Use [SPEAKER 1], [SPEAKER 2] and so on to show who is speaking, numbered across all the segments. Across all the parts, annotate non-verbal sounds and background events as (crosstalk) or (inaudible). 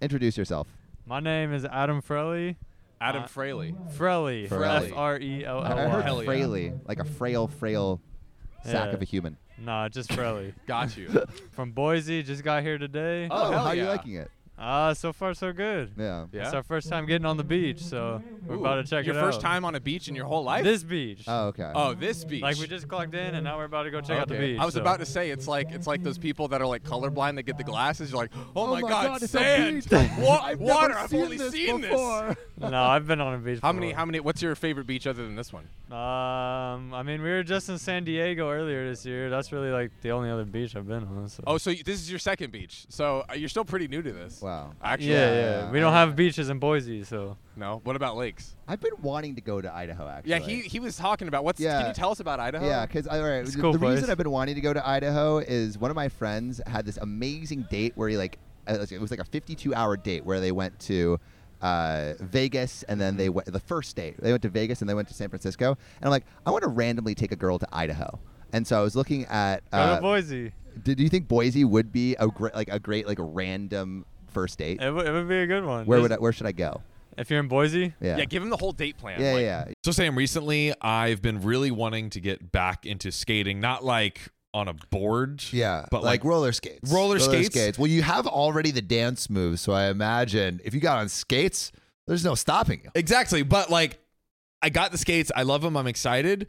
[SPEAKER 1] introduce yourself.
[SPEAKER 2] My name is Adam Frelly.
[SPEAKER 3] Adam
[SPEAKER 2] Uh,
[SPEAKER 1] (laughs)
[SPEAKER 3] Fraley.
[SPEAKER 2] Frelly.
[SPEAKER 1] Frelly.
[SPEAKER 2] F R E L
[SPEAKER 1] I-
[SPEAKER 2] L
[SPEAKER 1] I heard
[SPEAKER 2] Y.
[SPEAKER 3] Oh, Hell yeah.
[SPEAKER 1] Fraley, like a frail, frail sack
[SPEAKER 2] Yeah.
[SPEAKER 1] of a human.
[SPEAKER 2] Nah, just
[SPEAKER 3] (laughs)
[SPEAKER 2] Frelly.
[SPEAKER 1] (laughs)
[SPEAKER 3] Got you.
[SPEAKER 2] From Boise, just got here today.
[SPEAKER 3] Oh, hell
[SPEAKER 1] how are you
[SPEAKER 3] yeah.
[SPEAKER 1] liking it?
[SPEAKER 2] Uh, so far so good.
[SPEAKER 1] Yeah.
[SPEAKER 3] Yeah.
[SPEAKER 2] It's our first time getting on the beach, so we're about
[SPEAKER 3] Ooh,
[SPEAKER 2] to check
[SPEAKER 3] your
[SPEAKER 2] it out.
[SPEAKER 3] first time on a beach in your whole life.
[SPEAKER 2] This beach.
[SPEAKER 1] Oh, okay.
[SPEAKER 3] oh, this beach.
[SPEAKER 2] Like we just clocked in, and now we're about to go check out the
[SPEAKER 3] Okay.
[SPEAKER 2] beach.
[SPEAKER 3] I was
[SPEAKER 2] so.
[SPEAKER 3] about to say it's like it's like those people that are like colorblind that get the glasses. You're like, oh,
[SPEAKER 1] my God, it's a
[SPEAKER 3] sand,
[SPEAKER 1] beach. (laughs)
[SPEAKER 3] Wa-
[SPEAKER 1] I've never
[SPEAKER 3] water. I've
[SPEAKER 1] seen
[SPEAKER 3] only
[SPEAKER 1] this
[SPEAKER 3] seen
[SPEAKER 1] before.
[SPEAKER 3] (laughs) this.
[SPEAKER 2] No, I've been on a beach.
[SPEAKER 3] How many? How many? What's your favorite beach other than this one?
[SPEAKER 2] Um, I mean, we were just in San Diego earlier this year. That's really like the only other beach I've been on. So.
[SPEAKER 3] Oh, so y- this is your second beach. So uh, you're still pretty new to this.
[SPEAKER 1] Wow.
[SPEAKER 3] Actually, uh,
[SPEAKER 2] yeah, yeah,
[SPEAKER 1] yeah,
[SPEAKER 2] We don't have beaches in Boise, so
[SPEAKER 3] No. What about lakes?
[SPEAKER 1] I've been wanting to go to Idaho actually.
[SPEAKER 3] Yeah, he he was talking about what's.
[SPEAKER 1] Yeah.
[SPEAKER 3] Can you tell us about Idaho?
[SPEAKER 1] Yeah, because all right,
[SPEAKER 2] It's a
[SPEAKER 1] the,
[SPEAKER 2] cool
[SPEAKER 1] the
[SPEAKER 2] place.
[SPEAKER 1] reason I've been wanting to go to Idaho is one of my friends had this amazing date where he like uh, it was like a 52-hour date where they went to uh, Vegas and then they
[SPEAKER 2] Mm-hmm.
[SPEAKER 1] went the first date they went to Vegas and they went to San Francisco and I'm like I want to randomly take a girl to Idaho and so I was looking at
[SPEAKER 2] go
[SPEAKER 1] uh,
[SPEAKER 2] to Boise.
[SPEAKER 1] did you think Boise would be a great like a great like random first date
[SPEAKER 2] It, w- it would be a good one.
[SPEAKER 1] where
[SPEAKER 2] There's-
[SPEAKER 1] would I, where should I go
[SPEAKER 2] if you're in Boise?
[SPEAKER 1] yeah
[SPEAKER 3] Yeah. Give him the whole date plan.
[SPEAKER 1] yeah,
[SPEAKER 3] like-
[SPEAKER 1] yeah.
[SPEAKER 4] So Sam, recently I've been really wanting to get back into skating, not like on a board.
[SPEAKER 5] Yeah,
[SPEAKER 4] But like,
[SPEAKER 5] like, roller skates.
[SPEAKER 4] roller skates?
[SPEAKER 5] Well, you have already the dance moves, so I imagine if you got on skates, there's no stopping you.
[SPEAKER 4] Exactly. But like I got the skates. I love them. I'm excited.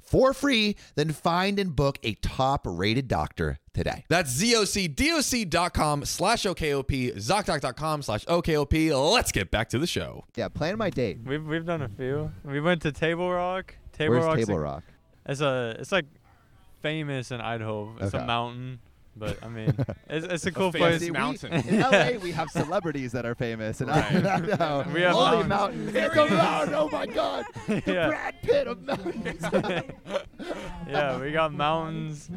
[SPEAKER 5] for free. Then find and book a top rated doctor today.
[SPEAKER 4] That's zocdoc.com slash OKOP, ZocDoc.com slash OKOP. Let's get back to the show.
[SPEAKER 1] yeah plan my date
[SPEAKER 2] We've we've done a few. We went to Table Rock. Table
[SPEAKER 1] where's
[SPEAKER 2] Rock's a-
[SPEAKER 1] Table Rock
[SPEAKER 2] It's a it's like famous in Idaho. It's
[SPEAKER 1] Okay.
[SPEAKER 2] a mountain, but
[SPEAKER 1] (laughs)
[SPEAKER 2] I mean, it's, it's a cool
[SPEAKER 3] famous
[SPEAKER 2] place.
[SPEAKER 3] See, we- mountain.
[SPEAKER 1] in LA,
[SPEAKER 2] (laughs)
[SPEAKER 1] we have celebrities that are famous, and (laughs) I don't know.
[SPEAKER 2] We have
[SPEAKER 1] Holy
[SPEAKER 2] mountains.
[SPEAKER 1] mountains. It's a mountain. Oh my
[SPEAKER 2] (laughs)
[SPEAKER 1] God. The
[SPEAKER 2] Yeah.
[SPEAKER 1] Brad Pitt of
[SPEAKER 2] (laughs)
[SPEAKER 1] mountains.
[SPEAKER 3] (laughs)
[SPEAKER 2] yeah, we got mountains.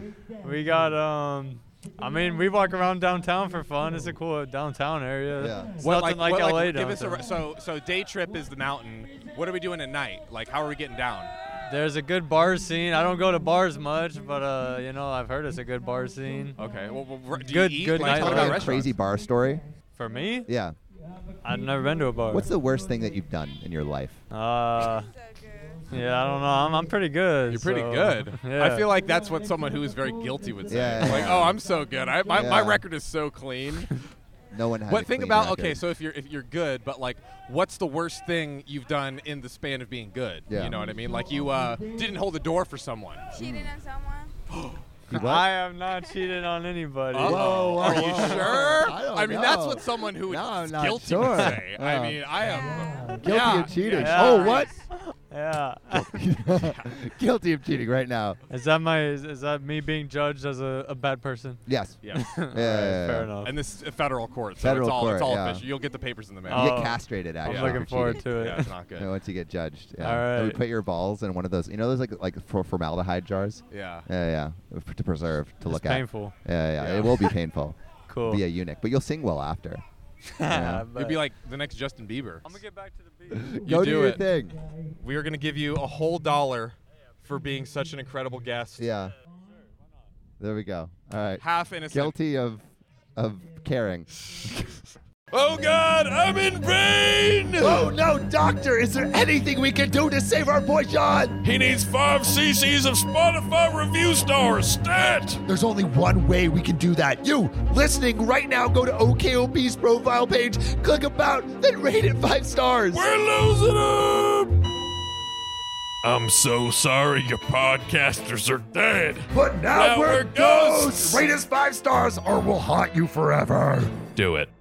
[SPEAKER 2] We got um. I mean, we walk around downtown for fun. It's a cool downtown area.
[SPEAKER 1] Yeah.
[SPEAKER 2] It's
[SPEAKER 3] What,
[SPEAKER 2] nothing
[SPEAKER 3] like,
[SPEAKER 2] like,
[SPEAKER 3] what,
[SPEAKER 2] LA
[SPEAKER 3] like, give us a,
[SPEAKER 2] downtown.
[SPEAKER 3] re- so so day trip is the mountain. What are we doing at night? Like how are we getting down?
[SPEAKER 2] There's a good bar scene. I don't go to bars much, but uh, you know, I've heard it's a good bar scene.
[SPEAKER 3] Okay. Well, well, r- do
[SPEAKER 2] Good-
[SPEAKER 3] you eat?
[SPEAKER 2] good
[SPEAKER 3] like,
[SPEAKER 2] night life.
[SPEAKER 3] what about
[SPEAKER 1] a
[SPEAKER 3] restaurants?
[SPEAKER 1] crazy bar story.
[SPEAKER 2] For me,
[SPEAKER 1] Yeah.
[SPEAKER 2] I've never been to a bar.
[SPEAKER 1] What's the worst thing that you've done in your life?
[SPEAKER 2] Uh, yeah, I don't know. I'm, I'm pretty good.
[SPEAKER 3] You're pretty
[SPEAKER 2] so- (laughs)
[SPEAKER 3] good. (laughs)
[SPEAKER 2] Yeah.
[SPEAKER 3] I feel like that's what someone who is very guilty would say.
[SPEAKER 1] Yeah, yeah,
[SPEAKER 3] like,
[SPEAKER 1] yeah.
[SPEAKER 3] oh, I'm so good. I, my, my
[SPEAKER 1] Yeah.
[SPEAKER 3] record is so clean.
[SPEAKER 1] No one has.
[SPEAKER 3] what
[SPEAKER 1] a
[SPEAKER 3] think
[SPEAKER 1] clean
[SPEAKER 3] about
[SPEAKER 1] record.
[SPEAKER 3] okay, so if you're if you're good, but like, what's the worst thing you've done in the span of being good?
[SPEAKER 1] Yeah.
[SPEAKER 3] You know what I mean? Like you uh, didn't hold the door for someone.
[SPEAKER 6] Cheating on someone?
[SPEAKER 2] I have not cheated on anybody.
[SPEAKER 3] Whoa, Are you
[SPEAKER 1] whoa. Oh,
[SPEAKER 3] sure?
[SPEAKER 1] I don't
[SPEAKER 3] mean, that's
[SPEAKER 1] know.
[SPEAKER 3] what someone who
[SPEAKER 1] No, I'm
[SPEAKER 3] is
[SPEAKER 1] not
[SPEAKER 3] guilty
[SPEAKER 1] sure.
[SPEAKER 3] would say.
[SPEAKER 1] Yeah.
[SPEAKER 3] I mean, I am.
[SPEAKER 6] Yeah.
[SPEAKER 1] Guilty
[SPEAKER 3] Yeah,
[SPEAKER 1] of cheating.
[SPEAKER 2] yeah.
[SPEAKER 1] Oh, what?
[SPEAKER 2] Yeah.
[SPEAKER 1] (laughs) Guilty of cheating right now.
[SPEAKER 2] Is that my? Is, is that me being judged as a, a bad person?
[SPEAKER 1] Yes.
[SPEAKER 3] Yeah.
[SPEAKER 1] (laughs) Yeah, yeah,
[SPEAKER 2] Fair
[SPEAKER 1] yeah.
[SPEAKER 2] enough.
[SPEAKER 3] And this is a federal court, so
[SPEAKER 1] Federal
[SPEAKER 3] it's all
[SPEAKER 1] court,
[SPEAKER 3] it's all
[SPEAKER 1] yeah.
[SPEAKER 3] official. You'll get the papers in the mail.
[SPEAKER 1] You
[SPEAKER 2] Oh,
[SPEAKER 1] get castrated,
[SPEAKER 2] I'm
[SPEAKER 1] actually.
[SPEAKER 2] looking
[SPEAKER 1] for
[SPEAKER 2] forward
[SPEAKER 1] cheating.
[SPEAKER 2] to it.
[SPEAKER 3] yeah, it's not good.
[SPEAKER 1] You know, once you get judged. Yeah.
[SPEAKER 2] All
[SPEAKER 1] And we
[SPEAKER 2] right.
[SPEAKER 1] put your balls in one of those, you know, those like like for formaldehyde jars.
[SPEAKER 3] Yeah.
[SPEAKER 1] Yeah, yeah. To preserve, to
[SPEAKER 2] It's
[SPEAKER 1] look at.
[SPEAKER 2] painful.
[SPEAKER 1] Yeah, yeah,
[SPEAKER 3] Yeah.
[SPEAKER 1] It will
[SPEAKER 2] (laughs)
[SPEAKER 1] be painful.
[SPEAKER 2] Cool.
[SPEAKER 1] Be a eunuch, but you'll sing well
[SPEAKER 2] (laughs)
[SPEAKER 1] after. Yeah.
[SPEAKER 3] You'd be like the next Justin Bieber.
[SPEAKER 2] I'm gonna get back
[SPEAKER 1] (laughs)
[SPEAKER 2] to the beach.
[SPEAKER 1] Go do
[SPEAKER 3] do
[SPEAKER 1] your
[SPEAKER 3] it.
[SPEAKER 1] thing.
[SPEAKER 3] We are going to give you a whole dollar for being such an incredible guest.
[SPEAKER 1] Yeah. There we go. All right.
[SPEAKER 3] Half innocent.
[SPEAKER 1] Guilty of of caring.
[SPEAKER 4] Oh God, I'm in pain.
[SPEAKER 5] Oh no, doctor, is there anything we can do to save our boy John?
[SPEAKER 4] He needs five cc's of Spotify review stars. Stat.
[SPEAKER 5] There's only one way we can do that. You listening right now, go to OKOP's profile page, click about, then rate it five stars.
[SPEAKER 4] We're losing him. I'm so sorry, your podcasters are dead.
[SPEAKER 5] but now,
[SPEAKER 4] Now
[SPEAKER 5] we're,
[SPEAKER 4] we're
[SPEAKER 5] ghosts.
[SPEAKER 4] ghosts.
[SPEAKER 5] Rate us five stars or we'll haunt you forever.
[SPEAKER 4] Do it.